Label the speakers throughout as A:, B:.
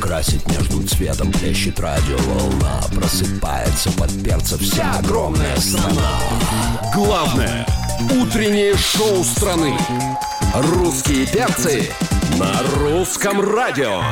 A: гасит между цветом Плещет радиоволна Просыпается под перца вся огромная страна
B: Главное утреннее шоу страны. Русские перцы на русском радио.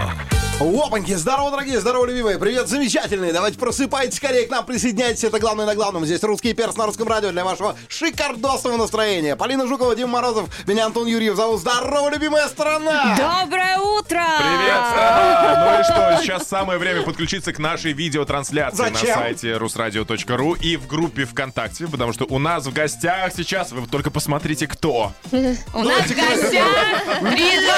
C: Опаньки, здорово, дорогие, здорово, любимые, привет, замечательные, давайте просыпайтесь скорее к нам, присоединяйтесь, это главное на главном, здесь русский перс на русском радио для вашего шикардосного настроения. Полина Жукова, Дима Морозов, меня Антон Юрьев зовут, здорово, любимая страна!
D: Доброе утро!
E: Привет! А, Ну и что, сейчас самое время подключиться к нашей видеотрансляции на
C: Зачем?
E: сайте rusradio.ru и в группе ВКонтакте, потому что у нас в гостях сейчас, вы только посмотрите, кто.
D: У нас в гостях Людмила!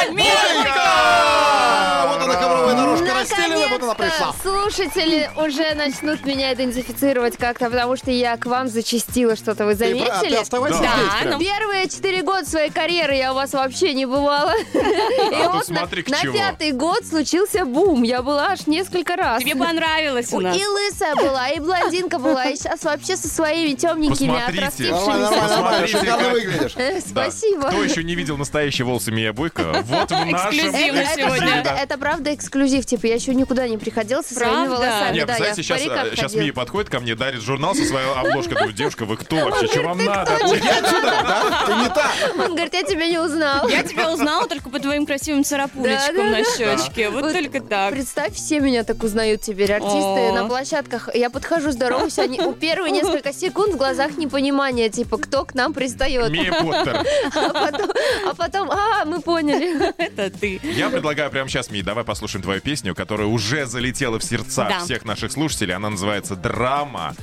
C: А, вот она ковровая дорожка расстелена, вот она пришла.
F: Наконец-то слушатели уже начнут меня идентифицировать как-то, потому что я к вам зачастила что-то, вы
C: Ты, а ты
F: заметили?
C: оставайся
E: Да.
C: здесь прям.
D: ну,
F: Первые четыре года своей карьеры я у вас вообще не бывала.
E: тут
F: И вот на
E: А, ну смотри, к
F: на
E: чего.
F: пятый год случился бум. Я была аж несколько раз.
D: ну, тебе понравилось у
F: У-
D: нас.
F: И лысая была, и блондинка была, и сейчас вообще со своими темненькими
E: Посмотрите.
C: Нормально,
F: отрастившимися.
C: нормально, нормально,
E: Посмотрите,
C: шикарно
E: как-
C: выглядишь.
F: Э,
E: Да.
F: Спасибо.
E: Кто еще не видел настоящие волосы Мия Бойко, вот в нашем
D: Эксклюзивно
F: Это, это
D: сегодня.
F: правда,
E: да.
F: это правда эксклюзив, типа я еще никуда не приходила со своими
D: Правда?
F: волосами.
E: Не,
F: да, я
E: представляете,
F: в
E: сейчас, э,
F: париках
E: сейчас
F: ходила.
E: Мия подходит ко мне, дарит журнал со своей обложкой. Говорю, девушка, вы кто вообще? Что вам надо?
C: Иди отсюда, да? Ты не так.
F: Он говорит, я тебя не узнал.
D: Я тебя узнала только по твоим красивым царапулечкам
F: Да, да,
D: на
F: да.
D: щечке. Вот
F: Вот
D: только так.
F: Представь, все меня так узнают теперь, артисты
D: О.
F: на площадках. Я подхожу, здороваюсь, они у первые несколько секунд в глазах непонимание, типа, кто к нам пристает.
E: Мия Поттер.
F: А потом, а потом, а, мы поняли.
D: Это ты.
E: Я предлагаю прямо сейчас, Ми, давай послушаем твою песню, которая уже залетела в сердца
D: Да.
E: всех наших слушателей. Она называется «Драма».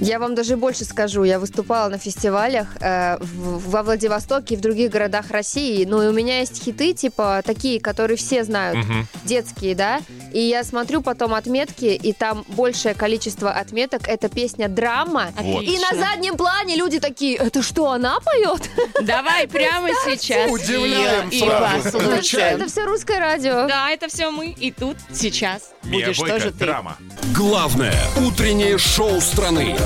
F: Я вам даже больше скажу, я выступала на фестивалях э, в- во Владивостоке и в других городах России, ну и у меня есть хиты, типа, такие, которые все знают.
E: Мгм.
F: детские, да, и я смотрю потом отметки, и там большее количество отметок, это песня «Драма»,
E: Вот.
F: и на заднем плане люди такие, это что, она поет?
D: Давай прямо сейчас.
C: Удивляем
D: и- и
C: сразу.
F: Это,
D: послушаем.
F: всё- это все русское радио.
D: Да, это все мы. И тут, сейчас.
E: Мия
D: Будешь
E: Бойко,
D: тоже ты.
E: «Драма».
B: Главное утреннее шоу страны.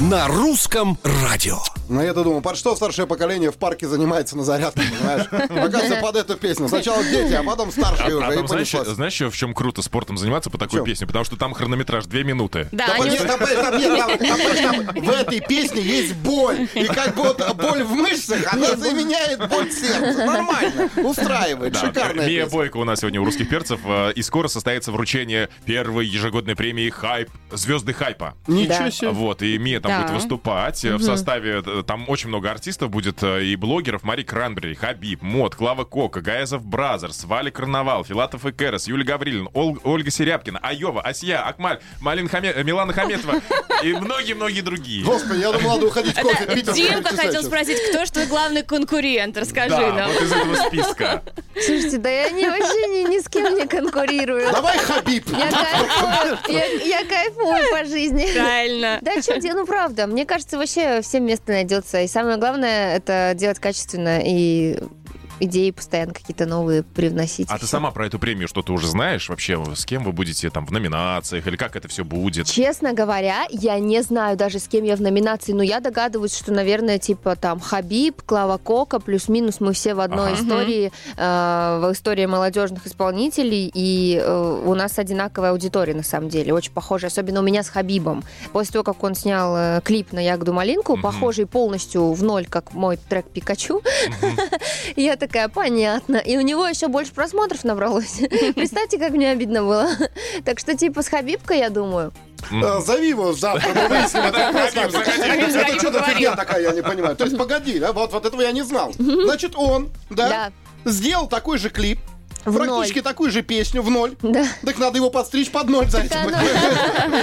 B: На русском радио.
C: Ну, я-то думаю, под что старшее поколение в парке занимается на зарядке, понимаешь? Оказывается, под эту песню. Сначала дети, а потом старшие
E: А
C: уже.
E: там
C: И
E: знаешь,
C: понеслось.
E: знаешь, в чем круто спортом заниматься по такой
C: Чё?
E: песне? Потому что там хронометраж 2 минуты.
D: Да,
C: Да
D: они
C: нет, там, там нет, там- там, понимаешь, там в этой песне есть боль. И как бы вот боль в мышцах, она заменяет боль сердца. Нормально. Устраивает.
E: Да,
C: Шикарная
E: Мия
C: песня.
E: Бойко у нас сегодня у русских перцев. э, И скоро состоится вручение первой ежегодной премии «Хайп», «Звезды хайпа».
C: Ничего себе.
E: Вот, и Мия там
D: Да.
E: будет выступать. э, В составе э, там очень много артистов будет э, и блогеров. Мари Кранбери, Хабиб, Мод, Клава Кока, Гаязов Бразерс, Вали Карнавал, Филатов и Керес, Юлия Гаврилин, Ол- Ольга Серябкина, Айова, Асия, Акмаль, Малин Хаме- э, Милана Хаметова и многие-многие другие.
C: Господи, я думал, надо уходить кофе пить. а то
D: Димка
C: часа
D: хотел
C: сейчас.
D: спросить, кто ж твой главный конкурент? Расскажи
E: Да,
D: нам.
E: вот из этого списка.
F: Слушайте, да я не, вообще ни, ни с кем не конкурирую.
C: Давай, Хабиб.
F: Я кайфую, я, я кайфую по жизни.
D: Правильно.
F: Да, что дело, ну правда. Мне кажется, вообще всем место найдется. И самое главное, это делать качественно и идеи постоянно какие-то новые привносить.
E: А ты сама про эту премию что-то уже знаешь вообще? С кем вы будете там в номинациях или как это все будет?
F: Честно говоря, я не знаю даже, с кем я в номинации, но я догадываюсь, что, наверное, типа там Хабиб, Клава Кока, плюс-минус мы все в одной
E: Ага.
F: истории, э, в истории молодежных исполнителей, и э, у нас одинаковая аудитория, на самом деле, очень похожая, особенно у меня с Хабибом. После того, как он снял э, клип на «Ягоду малинку»,
E: Мгм.
F: похожий полностью в ноль, как мой трек «Пикачу», я такая, понятно. И у него еще больше просмотров набралось. Представьте, как мне обидно было. Так что, типа, с Хабибкой, я думаю.
C: Э, Зови его завтра, мы выясним. это
E: Хабиб,
C: посмотрим.
E: заходи.
D: Хабиб,
C: Это
D: заходи,
C: что за
D: поговорим.
C: фигня такая, я не понимаю. То есть, погоди, да, вот, вот этого я не знал. Значит, он, да,
F: Да.
C: сделал такой же клип,
F: В
C: практически такую же песню в ноль.
F: Да.
C: Так надо его подстричь под ноль за
F: Да,
C: этим.
F: ну,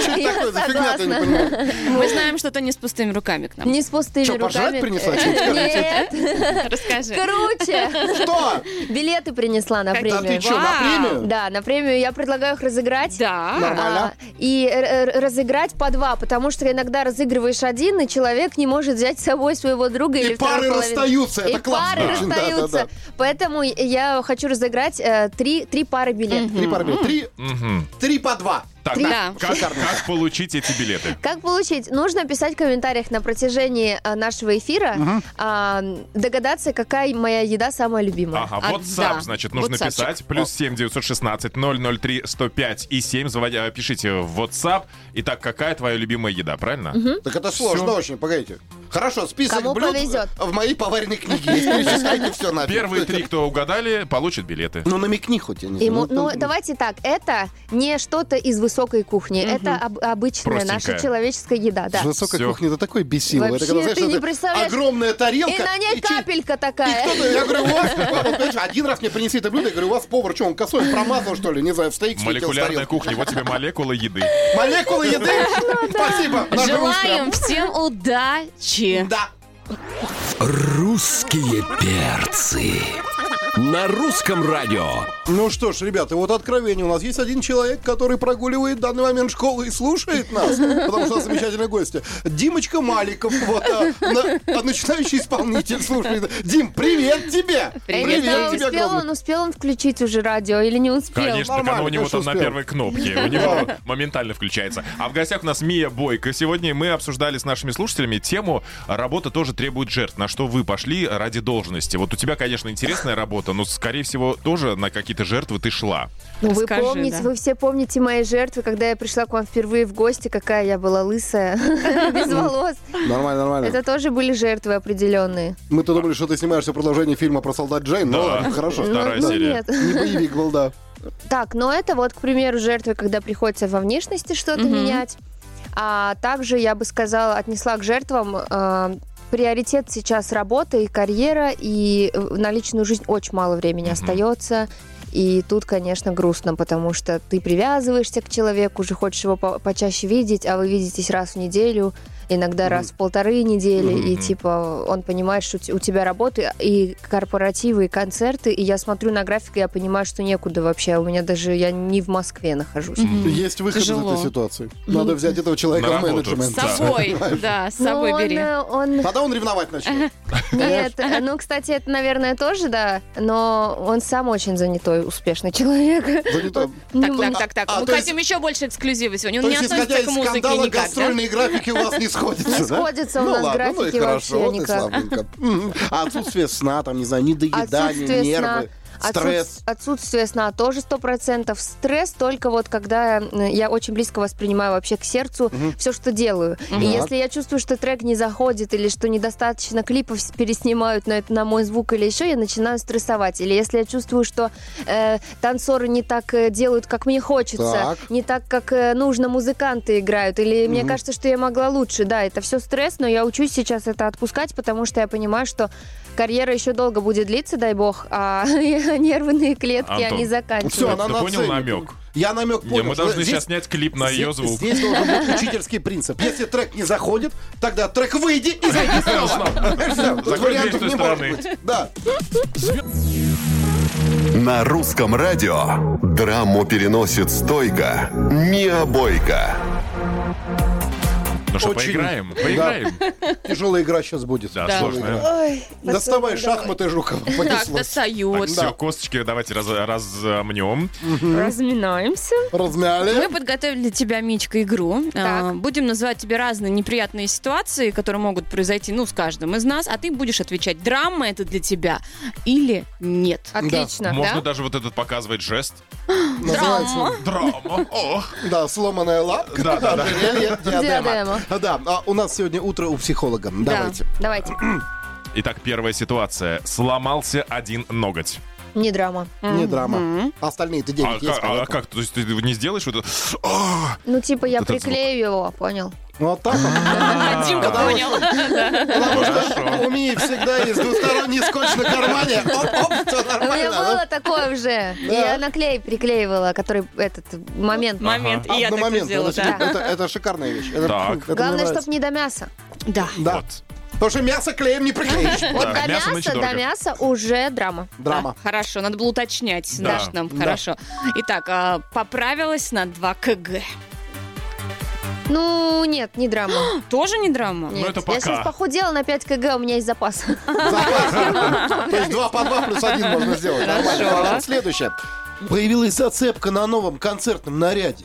C: Что
F: я
C: такое за фигня, я не
F: согласна.
C: понимаю.
D: Мы знаем, что ты не с пустыми руками к нам.
F: Не с пустыми
C: Чё, поржать
F: руками.
C: принесла? Чё,
F: Нет,
D: Расскажи.
F: круче.
C: Что?
F: Билеты принесла на
C: Да А ты
F: премию.
C: что, на
D: Вау.
C: премию?
F: Да, на премию я предлагаю их разыграть.
D: Да.
C: Нормально.
F: А, и р- р- разыграть по два, потому что иногда разыгрываешь один, и человек не может взять с собой своего друга или
C: И
F: вторую
C: пары
F: половину.
C: расстаются, это
F: и
C: классно.
F: пары
C: очень, да, да,
F: расстаются.
C: да.
F: Поэтому я хочу разыграть э, три, три пары билетов.
C: Три пары билетов. Три-
E: Мгм.
C: Три по два.
E: Так,
F: Три.
D: Да.
E: как, как получить эти билеты?
F: Как получить? Нужно писать в комментариях на протяжении а, нашего эфира, а, догадаться, какая моя еда самая любимая.
E: Ага,
D: А,
E: WhatsApp,
D: да,
E: значит, нужно
D: WhatsAppчик.
E: писать. Плюс 7 916 003 105 и 7. Заводя, пишите в WhatsApp. Итак, какая твоя любимая еда, правильно?
C: Так это сложно очень, погодите. Хорошо, список
F: Кому
C: блюд
F: повезет.
C: в моей поваренной книге. есть. Перечисляйте все нафиг.
E: Первые три, кто угадали, получат билеты.
C: Ну намекни хоть, я не
F: Ему-
C: знаю.
F: ну, давайте так, это не что-то из высокой кухни, это об- обычная
E: Простенькая.
F: наша человеческая еда, да.
C: С высокой
E: Всё.
C: кухни это такой бесило.
F: Вообще,
C: это когда,
F: ты не
C: это
F: представляешь.
C: Огромная тарелка.
F: И на ней
C: и чё-
F: капелька
C: и
F: такая.
C: кто-то- я говорю, у вас, вот, понимаешь, один раз мне принесли это блюдо, я говорю, у вас повар, что, он косой промазал, что ли, не знаю, в стейк слетел с
E: Молекулярная
C: тарелки.
E: кухня. Вот тебе молекула еды.
C: Молекулы еды.
F: Ну
C: Спасибо. нажралась
D: Желаем
C: прям.
D: всем удачи.
C: Да.
B: Русские перцы. На русском радио.
C: Ну что ж, ребята, вот откровение. У нас есть один человек, который прогуливает в данный момент школу и слушает нас, потому что у нас замечательные гости. Димочка Маликов, вот, а, на- а, начинающий исполнитель слушает. Дим, привет тебе!
D: Привет,
F: Это
C: тебе
F: успел
C: огромное.
F: он, успел он включить уже радио или не успел?
E: Конечно, так
C: нормально,
E: оно у него
C: конечно,
E: там на
C: успел.
E: первой кнопке. У него моментально включается. А в гостях у нас Мия Бойко. Сегодня мы обсуждали с нашими слушателями тему «Работа тоже требует жертв». На что вы пошли ради должности? Вот у тебя, конечно, интересная работа, но, скорее всего, тоже на какие-то жертвы ты шла.
F: Ну, вы
D: Расскажи,
F: помните,
D: да.
F: вы все помните мои жертвы, когда я пришла к вам впервые в гости, какая я была лысая, без волос.
C: Нормально, нормально.
F: Это тоже были жертвы определенные.
C: Мы-то думали, что ты снимаешься продолжение фильма про солдат Джейн, но
E: Да.
C: ладно, хорошо.
E: Ну, Вторая
F: ну,
E: серия.
F: нет.
C: Не боевик был, да.
F: Так, но это вот, к примеру, жертвы, когда приходится во внешности что-то
D: Мгм.
F: менять. А также я бы сказала, отнесла к жертвам э, приоритет сейчас работа и карьера, и э, на личную жизнь очень мало времени
E: Мгм.
F: остается. И тут, конечно, грустно, потому что ты привязываешься к человеку, уже хочешь его по- почаще видеть, а вы видитесь раз в неделю, иногда раз в полторы недели, и
E: Мгм.
F: типа он понимает, что у те- у тебя работы и корпоративы, и концерты, и я смотрю на график, и я понимаю, что некуда вообще, у меня даже, я не в Москве нахожусь.
C: Есть выход из
D: Тяжело.
C: этой ситуации. Надо взять этого человека
E: На
C: в
E: работу.
D: С
C: менеджмент.
E: Да.
D: собой, да, с
F: Но
D: собой
F: он,
D: бери.
F: э, он
C: Тогда он ревновать начнет.
F: Нет, э, ну, кстати, это, наверное, тоже, да, но он сам очень занятой, успешный человек.
C: Занятой.
D: Так,
F: Ну,
D: так, так, так.
C: а,
D: Мы
C: то есть-
D: хотим еще больше эксклюзива сегодня.
C: То
D: Он Ну, не
C: есть, исходя
D: относится
C: из
D: к музыке
C: скандала,
D: никак, да?
C: гастрольные графики у вас не сходятся,
F: Не
C: да?
F: сходятся у
C: Ну
F: нас
C: ладно, ну и
F: графики
C: хорошо, ну
F: вообще
C: и
F: никак.
C: славненько. Мгм. А отсутствие сна, там, не знаю, недоедание,
F: Отсутствие
C: нервы,
F: сна.
C: стресс.
F: Отсутс- Отсутствие сна тоже сто процентов. Стресс только вот когда м, я очень близко воспринимаю вообще к сердцу все, что делаю. И
C: Так.
F: если я чувствую, что трек не заходит или что недостаточно клипов с- переснимают на, это, на мой звук или еще, я начинаю стрессовать. Или если я чувствую, что э, танцоры не так э, делают, как мне хочется,
C: Так.
F: не так, как э, нужно музыканты играют, или мне кажется, что я могла лучше. Да, это все стресс, но я учусь сейчас это отпускать, потому что я понимаю, что карьера еще долго будет длиться, дай бог, а нервные клетки,
E: Антон,
F: они
C: Всё,
F: заканчиваются.
C: она
E: Ты понял
C: нацелена.
E: намек?
C: Я намек
E: Не,
C: понял.
E: мы
C: что
E: должны
C: здесь-
E: сейчас снять клип на ее
C: здесь-
E: звук.
C: Здесь должен быть учительский принцип. Если трек не заходит, тогда трек выйди и зайди снова. Всё, тут
E: Заходит
C: вариантов
E: с той
C: не может
E: стороны.
C: быть. Да.
G: На русском радио драму переносит стойко Миа Бойко.
E: Ну что,
C: Очень.
E: поиграем? Поиграем.
C: Тяжелая игра сейчас будет.
E: Да,
D: Да.
E: сложно.
C: Доставай шахматы, Жукова.
D: Так,
C: Понеслось.
D: достаю. Вот.
E: Все, косточки давайте раз- разомнем.
F: Разминаемся.
D: Мы
C: Размяли.
D: подготовили для тебя, Мичка, игру. А, будем называть тебе разные неприятные ситуации, которые могут произойти, ну, с каждым из нас, а ты будешь отвечать, драма это для тебя или нет.
F: Отлично,
E: Можно
F: да?
E: даже вот этот показывать жест.
C: Называется.
E: Драма. О.
C: Да, сломанная лапка.
E: Да, да, да.
C: Ожерелье,
F: Диадема.
C: А, Да, а у нас сегодня утро у психолога. Давайте.
F: Давайте.
E: Итак, первая ситуация. Сломался один ноготь.
F: Не драма.
C: Не драма. Остальные-то
E: А,
C: денег есть.
E: как- а
C: понятно.
E: как? То есть ты не сделаешь вот это? А,
F: Ну, типа, я
E: Этот звук.
F: приклею его, понял?
C: Ну, Вот так вот.
D: Димка
C: Потому
D: понял.
C: Потому что у Мии всегда есть двусторонний скотч на кармане. Оп, оп, все
F: У меня
C: нормально.
F: было такое уже.
C: Ну, Да.
F: Я наклей приклеивала, который этот момент.
D: Момент.
C: да?
D: И я так и
C: Одномоментно,
D: сделала,
C: это
D: да.
C: себе- Это это шикарная вещь. Это-
E: Так.
C: это мне
F: Главное,
C: нравится.
F: чтобы не до мяса.
D: Да.
C: Да,
E: Вот.
C: потому что мясо клеем не приклеишь.
F: Вот
E: Да,
F: до
E: мясо нынче
F: мяса, до
E: дорого.
F: мяса уже драма.
C: Драма.
D: Да, хорошо, надо было уточнять
E: Да.
D: Даш нам, хорошо. Итак, а, поправилась на 2 кг.
F: Ну, нет, не драма.
D: Тоже не драма?
F: Нет.
E: Ну, это
F: Я
E: пока.
F: сейчас похудела на 5 кг, у меня есть запас.
C: Запас. То есть два по два плюс один можно сделать. Нормально.
D: Хорошо.
C: Ладно, Следующее. Появилась зацепка на новом концертном наряде.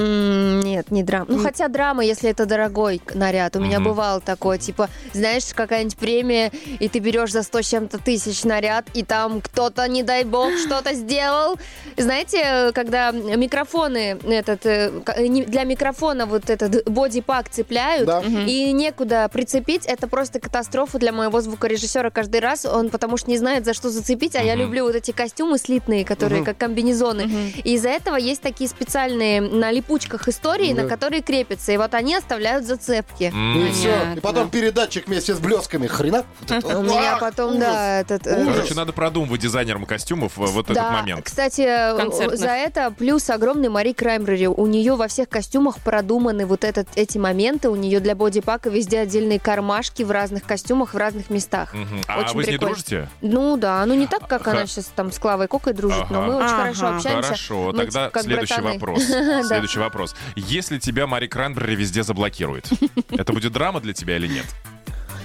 F: М, Нет, не драма. Ну, хотя драма, если это дорогой к- наряд. У меня
E: Мгм.
F: бывало такое, типа, знаешь, какая-нибудь премия, и ты берешь за 100 с чем-то тысяч наряд, и там кто-то, не дай бог, что-то сделал. Знаете, когда микрофоны, этот, э, к- не- для микрофона вот этот бодипак цепляют,
C: Да.
F: и некуда прицепить, это просто катастрофа для моего звукорежиссера каждый раз, он потому что не знает, за что зацепить, а я
E: Мгм.
F: люблю вот эти костюмы слитные, которые
C: Мгм.
F: как комбинезоны. И из-за этого есть такие специальные на липучках истории,
C: Да.
F: на которые крепятся. И вот они оставляют зацепки.
E: М.
C: Ну и все.
D: Понятно.
C: И потом передатчик вместе с блесками. Хрена. Вот это
F: У
C: вот.
F: меня
C: Ах,
F: потом,
C: А, ужас.
F: да, этот... э,
C: Ужас.
E: Короче, надо продумывать дизайнерам костюмов э, вот этот
F: да,
E: момент.
F: кстати, э,
D: Концертных.
F: за это плюс огромный Мари Краймбрери. У нее во всех костюмах продуманы вот этот, эти моменты. У нее для бодипака везде отдельные кармашки в разных костюмах, в разных местах.
E: Мгм. А
F: Очень
E: вы с ней
F: прикольно.
E: дружите?
F: Ну да, ну не так, как
E: Ха-
F: она сейчас там с Клавой Кокой дружит, но
E: Ага.
F: мы очень
D: Ага.
F: хорошо общаемся.
E: Хорошо,
F: Мы
E: тогда
F: как
E: следующий
F: братаны.
E: вопрос. Следующий вопрос. Если тебя Мари Кранбери везде заблокирует, это будет драма для тебя или нет?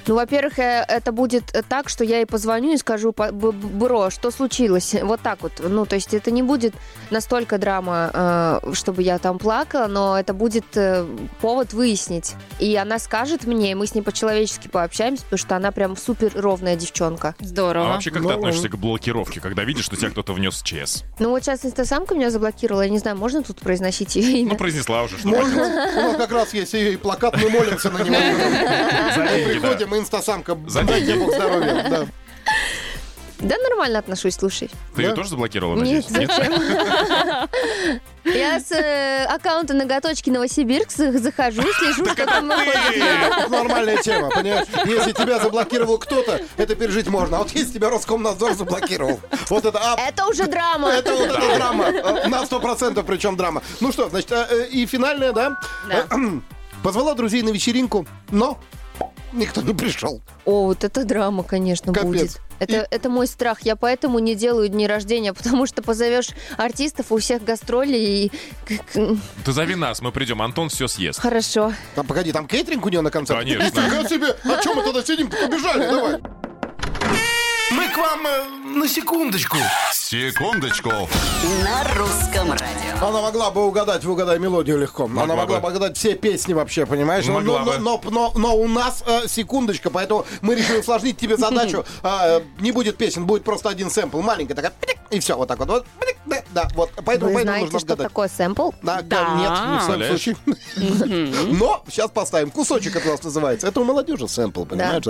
F: Ну, во-первых, э, это будет э, так, что я ей позвоню и скажу, «Па- б- б- бро, что случилось? Вот так вот. Ну, то есть это не будет настолько драма, э, чтобы я там плакала, но это будет э, повод выяснить. И она скажет мне, и мы с ней по-человечески пообщаемся, потому что она прям супер ровная девчонка.
E: А
D: Здорово.
E: вообще, как ты
C: Ну,
E: относишься к блокировке, когда видишь, что тебя кто-то внес в ЧС?
F: Ну, вот сейчас инстасамка меня заблокировала, я не знаю, можно тут произносить ее
E: Ну,
F: имя?
E: произнесла уже, что
C: Можно? У нас как раз есть и плакат, мы молимся на него.
E: За
C: Мы
E: деньги, да.
C: приходим, инстасамка.
E: За
C: Дай
E: деньги.
C: тебе Бог здоровья. да.
F: Да нормально отношусь, слушай.
E: Ты ее
C: Да.
E: тоже заблокировала,
F: ну. Нет,
E: надеюсь?
F: зачем? Я с э, аккаунта ноготочки Новосибирск за- захожу, слежу, что там выходит.
C: Это нормальная тема, понимаешь? Если тебя заблокировал кто-то, это пережить можно. А вот если тебя Роскомнадзор заблокировал, вот это ап.
F: Это уже драма.
C: Это вот эта драма. Э, На сто процентов причем драма. Ну что, значит, э, э, и финальная, да? Э,
D: Да.
C: Позвала друзей на вечеринку, но никто не пришел.
F: О, вот это драма, конечно,
C: Капец.
F: будет. Это,
C: И-
F: это мой страх. Я поэтому не делаю дни рождения, потому что позовешь артистов, у всех гастроли и... ну,
E: Ты зови нас, мы придем. Антон все съест.
F: Хорошо.
C: Там, погоди, там кейтеринг у нее на концерте?
E: Конечно.
C: Нифига себе! О чем мы тогда сидим? Побежали, давай!
B: Мы к вам на секундочку.
G: Секундочку.
H: На русском радио.
C: Она могла бы угадать, вы угадай мелодию легко. Она
E: Могла
C: могла бы
E: бы.
C: угадать все песни вообще, понимаешь? Но,
E: Могла
C: но- но-
E: бы.
C: но- но у нас э, секундочка, поэтому мы решили усложнить тебе задачу. Э, не будет песен, будет просто один сэмпл. Маленькая такая, пик, и все, вот так вот. вот пик, да, да, вот. Поэтому,
F: Вы
C: поэтому
F: знаете,
C: нужно
F: что
C: отгадать.
F: такое сэмпл?
C: Да,
D: Да.
C: Нет, ни в коем
E: Представляешь?
C: случае. Но сейчас поставим. Кусочек от вас называется. Это у молодежи сэмпл, понимаешь?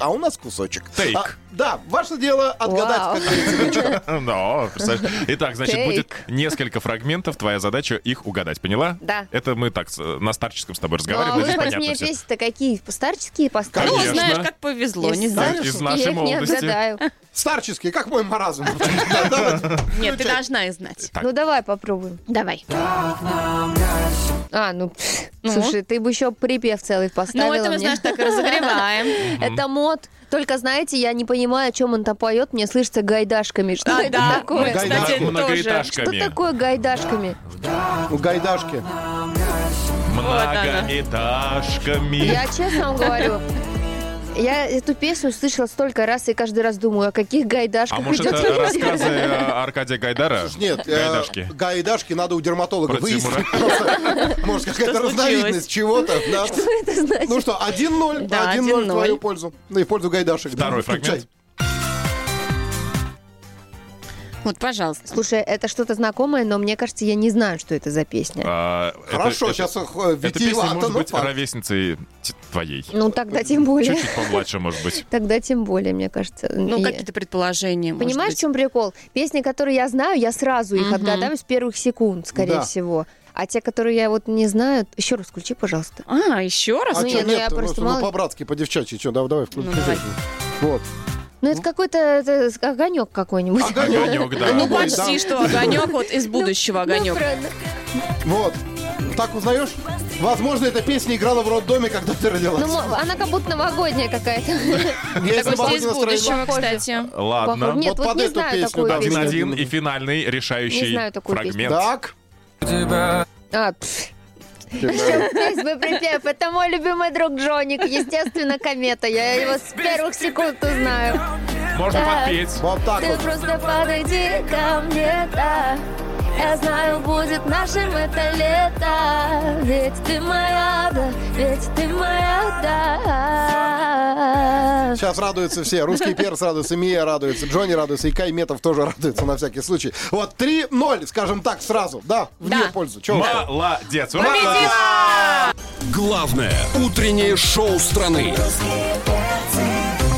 C: А у нас кусочек.
E: Тейк.
C: А, Да, ваше дело
F: Вау.
C: отгадать. как говорится.
E: Ну, Да, представляешь. Итак, значит,
F: Тейк.
E: будет несколько фрагментов. Твоя задача их угадать, поняла?
F: Да.
E: Это мы так с- на старческом с тобой
F: А
E: разговариваем,
F: вы
E: надеюсь,
F: про мне
E: понятно все.
F: песни-то какие? Постарческие,
C: А,
D: Ну,
E: Конечно.
F: постарческие?
D: знаешь, как повезло, не знаю.
E: Из
F: старческие,
E: нашей
F: я их не
E: молодости.
F: отгадаю.
C: Старческий, как мой маразм. Да, давай.
D: Нет, ты должна их знать.
E: Так.
F: Ну давай попробуем. Давай. А, ну,
D: Ну?
F: слушай, ты бы еще припев целый поставила
D: Ну, это мы,
F: мне.
D: знаешь, так и разогреваем.
F: Это мод. Только, знаете, я не понимаю, о чем он там поет. Мне слышится гайдашками. Что
D: А,
F: это
D: да.
F: такое?
C: Гайда-
D: Кстати,
E: Много-
D: тоже.
F: Что
E: Многоэтажками.
F: такое гайдашками?
C: У гайдашки.
E: Многоэтажками. А
F: Я честно вам говорю, я эту песню слышала столько раз и каждый раз думаю, о каких гайдашках
E: А может,
F: идет
E: это
F: речь?
E: рассказы э, Аркадия Гайдара?
C: Нет, э,
E: Гайдашки.
C: гайдашки надо у дерматолога
E: Про
C: выяснить.
E: Тимура.
C: Просто, Может, какая-то
D: случилось?
C: разновидность чего-то. да.
F: Что это значит?
C: Ну что, 1-0.
D: Да,
C: 1-0 в
D: 1-0.
C: твою пользу. Ну и в пользу гайдашек. да.
E: Второй фрагмент.
D: Вот, пожалуйста.
F: Слушай, это что-то знакомое, но мне кажется, я не знаю, что это за песня.
E: А, это-
C: Хорошо,
E: это-
C: сейчас
E: Эта песня
C: витиевато, ну,
E: может
C: но
E: быть
C: факт.
E: ровесницей т- твоей.
F: Ну тогда тем более.
E: Чуть-чуть помладше, может быть.
F: Тогда тем более, мне кажется.
D: Ну,
F: И-
D: какие-то предположения, может
F: Понимаешь, в
D: быть.
F: чем прикол? Песни, которые я знаю, я сразу их
D: Мгм.
F: отгадаю с первых секунд, скорее
C: Да.
F: всего. А те, которые я вот не знаю, еще раз включи, пожалуйста.
D: А, еще
C: А
D: раз?
F: Ну,
C: чё,
F: я- ну, я
C: нет,
F: просто
C: ну,
F: мало-
C: по-братски, по-девчачьи, что, давай, давай, включи.
D: давай.
C: Вот.
F: Ну, это какой-то это, огонек какой-нибудь.
E: Огонек,
D: Ну,
E: да.
C: Огонек. Ой,
D: почти
C: да.
D: что огонек вот из будущего
F: Ну,
D: огонек.
F: про-
C: Вот. Так узнаешь? Возможно, эта песня играла в роддоме, когда ты
F: ну,
C: родилась.
F: мо- она как будто новогодняя какая-то.
C: Я
D: Такой стиль из будущего,
F: Похоже.
D: кстати.
F: Похоже.
E: Ладно.
F: Нет,
C: Вот
F: вот
C: под
F: не
C: эту
F: знаю
C: песню,
F: такую
C: да,
F: песню.
E: Один-один и финальный решающий
F: Не знаю такую песню.
E: фрагмент.
C: Так.
F: А, пф. Здесь бы припев. Это мой любимый друг Джоник, естественно, комета. Я его с первых секунд узнаю.
E: Можно
F: Так.
E: подпеть.
C: Вот так
F: Ты
C: вот.
F: просто подойди ко мне, да. Я знаю, будет нашим это лето Ведь ты моя, да, ведь ты моя, да
C: Сейчас радуются все. Русский перс радуется, Мия радуется, Джонни радуется, и Кайметов тоже радуется на всякий случай. Вот 3-0, скажем так, сразу. Да, в
D: Да.
C: ее пользу. Чего уж там.
E: Молодец! Ура!
A: Главное утреннее шоу страны.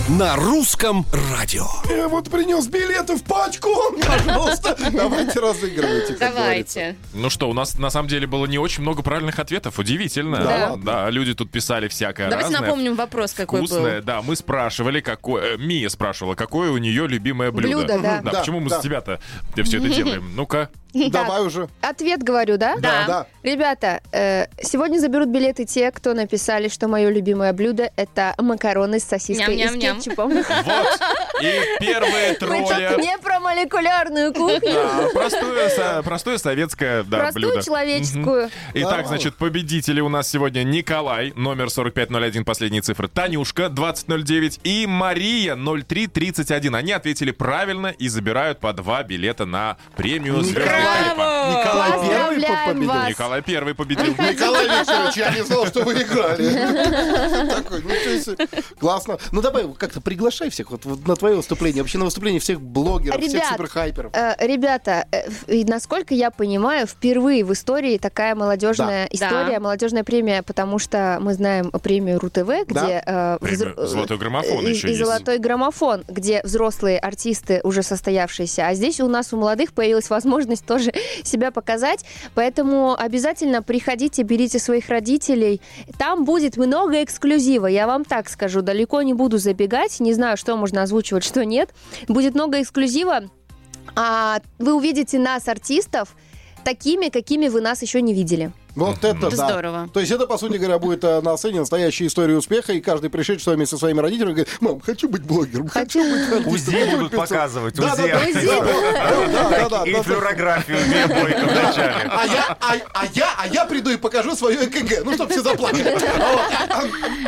A: На русском радио.
C: Я вот принес билеты в пачку. Пожалуйста, давайте разыгрывайте. как говорится.
D: Давайте.
E: Ну что, у нас на самом деле было не очень много правильных ответов. Удивительно.
C: Да
E: Да, люди тут писали всякое
D: Давайте
E: разное.
D: напомним вопрос, какой
E: Вкусное,
D: был.
E: да. Мы спрашивали, какое... э, Мия спрашивала, какое у нее любимое блюдо. Хм,
F: Блюдо, да.
E: Да,
C: Да,
E: почему мы
C: да.
E: за тебя-то все это делаем? Ну-ка.
C: Давай уже.
F: Ответ говорю, да?
C: Да, да.
F: Ребята, э, сегодня заберут билеты те, кто написали, что мое любимое блюдо это макароны с сосиской и с
D: Ням-ням-ням.
F: кетчупом.
E: Вот. И первые
F: Мы тут
E: трое.
F: не про молекулярную кухню,
E: Да, простое, со- простое советское да, блюдо.
F: простую человеческую.
E: Итак,
C: Нормально.
E: значит, победители у нас сегодня Николай, номер 4501, последние цифры, Танюшка, 2009 и Мария, 0331. Они ответили правильно и забирают по два билета на премию «Звезды клипа».
C: Николай Первый по-
F: Поздравляем
C: победил.
F: вас.
E: Николай первый победил.
C: Николай Викторович, я не знал, что вы играли. Такой, ничего себе. Классно. Ну давай как-то приглашай всех вот вот на твое выступление, вообще на выступление всех блогеров, всех
F: Ребят,
C: суперхайперов.
F: Э, Ребята, э, в- и насколько я понимаю, впервые в истории такая молодежная история,
D: Да.
F: молодежная премия, потому что мы знаем премию РУ-ТВ, где... э,
E: Премию
F: взр- э,
E: «Золотой граммофон»
F: и-
E: еще
F: и
E: есть.
F: «Золотой граммофон», где взрослые артисты уже состоявшиеся. А здесь у нас у молодых появилась возможность тоже себя показать. Поэтому обязательно приходите, берите своих родителей. Там будет много эксклюзива, я вам так скажу. Далеко не буду забегать, не знаю, что можно озвучивать, что нет. Будет много эксклюзива. А вы увидите нас, артистов, такими, какими вы нас еще не видели.
C: Вот это да.
D: Это здорово.
C: То есть это, по сути говоря, будет э, на сцене настоящая история успеха, и каждый пришедший с вами со своими родителями говорит, мам, хочу быть блогером, хочу быть артистом,
I: УЗИ
C: хочу быть
I: будут
C: певцом».
I: показывать,
C: Да, да,
I: УЗИ.
C: да,
F: УЗИ.
C: да, да, да,
I: И
C: да, да.
I: флюорографию Мия Бойко вначале.
C: А я, а, а я, а я приду и покажу свое ЭКГ, ну, чтобы все заплакали.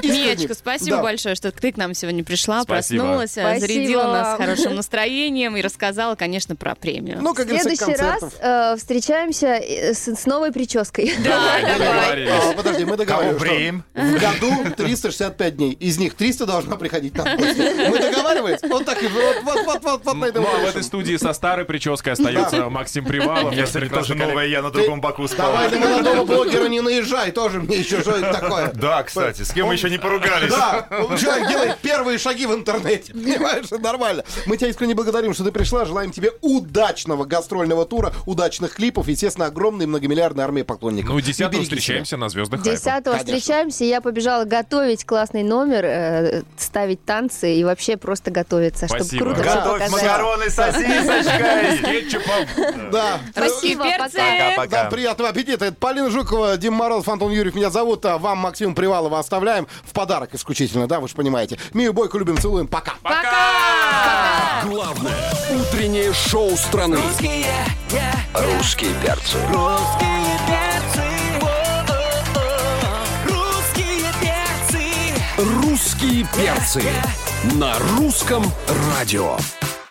D: Миечка, спасибо
C: Да.
D: большое, что ты к нам сегодня пришла,
E: Спасибо.
D: проснулась, э,
F: Спасибо.
D: зарядила нас хорошим настроением и рассказала, конечно, про премию.
C: Ну, как
F: В
C: говорится,
F: следующий раз
C: концертов.
F: э, встречаемся э, с, с новой прической.
D: да, давай.
E: Договорились.
C: А, Подожди, мы
I: Кого
C: договаривались. что-
I: бреем?
C: В году 365 дней. Из них 300 должна приходить нам. в гости. Мы договариваемся? Вот так и вот, вот, вот, вот, вот на этом
E: Ну, а в
C: и
E: этой
C: решим.
E: студии со старой прической остается Максим Привалов.
I: Я,
E: наш
I: смотри, тоже
E: прекрасный
I: новая,
E: коллега.
I: я на другом боку спала.
C: Давай ты молодого блогера не наезжай, тоже мне еще что-нибудь такое.
I: Да, кстати, с кем мы еще не поругались.
C: Да, он человек делает первые шаги в интернете. Понимаешь, это нормально. Мы тебя искренне благодарим, что ты пришла. Желаем тебе удачного гастрольного тура, удачных клипов, естественно, огромной многомиллиардной армии поклонников.
E: Ну,
C: И береги
E: 10
C: себя.
E: встречаемся на звездах хайпа.
F: Десятого встречаемся, я побежала готовить классный номер, э, ставить танцы и вообще просто готовиться, чтобы
E: Спасибо.
F: круто всё
I: Готовь
F: показать.
I: макароны с сосисочкой.
E: С кетчупом.
C: Да.
D: Спасибо,
F: Спасибо,
D: перцы.
C: Да,
I: Пока-пока.
C: приятного аппетита. Это Полина Жукова, Дима Мороз, Антон Юрьев меня зовут. А вам, Максим Привалова, оставляем в подарок исключительно, да, вы же понимаете. Мию Бойку любим, целуем, пока.
A: Главное утреннее шоу страны. Русские перцы. Русские перцы. Русские перцы. На русском радио.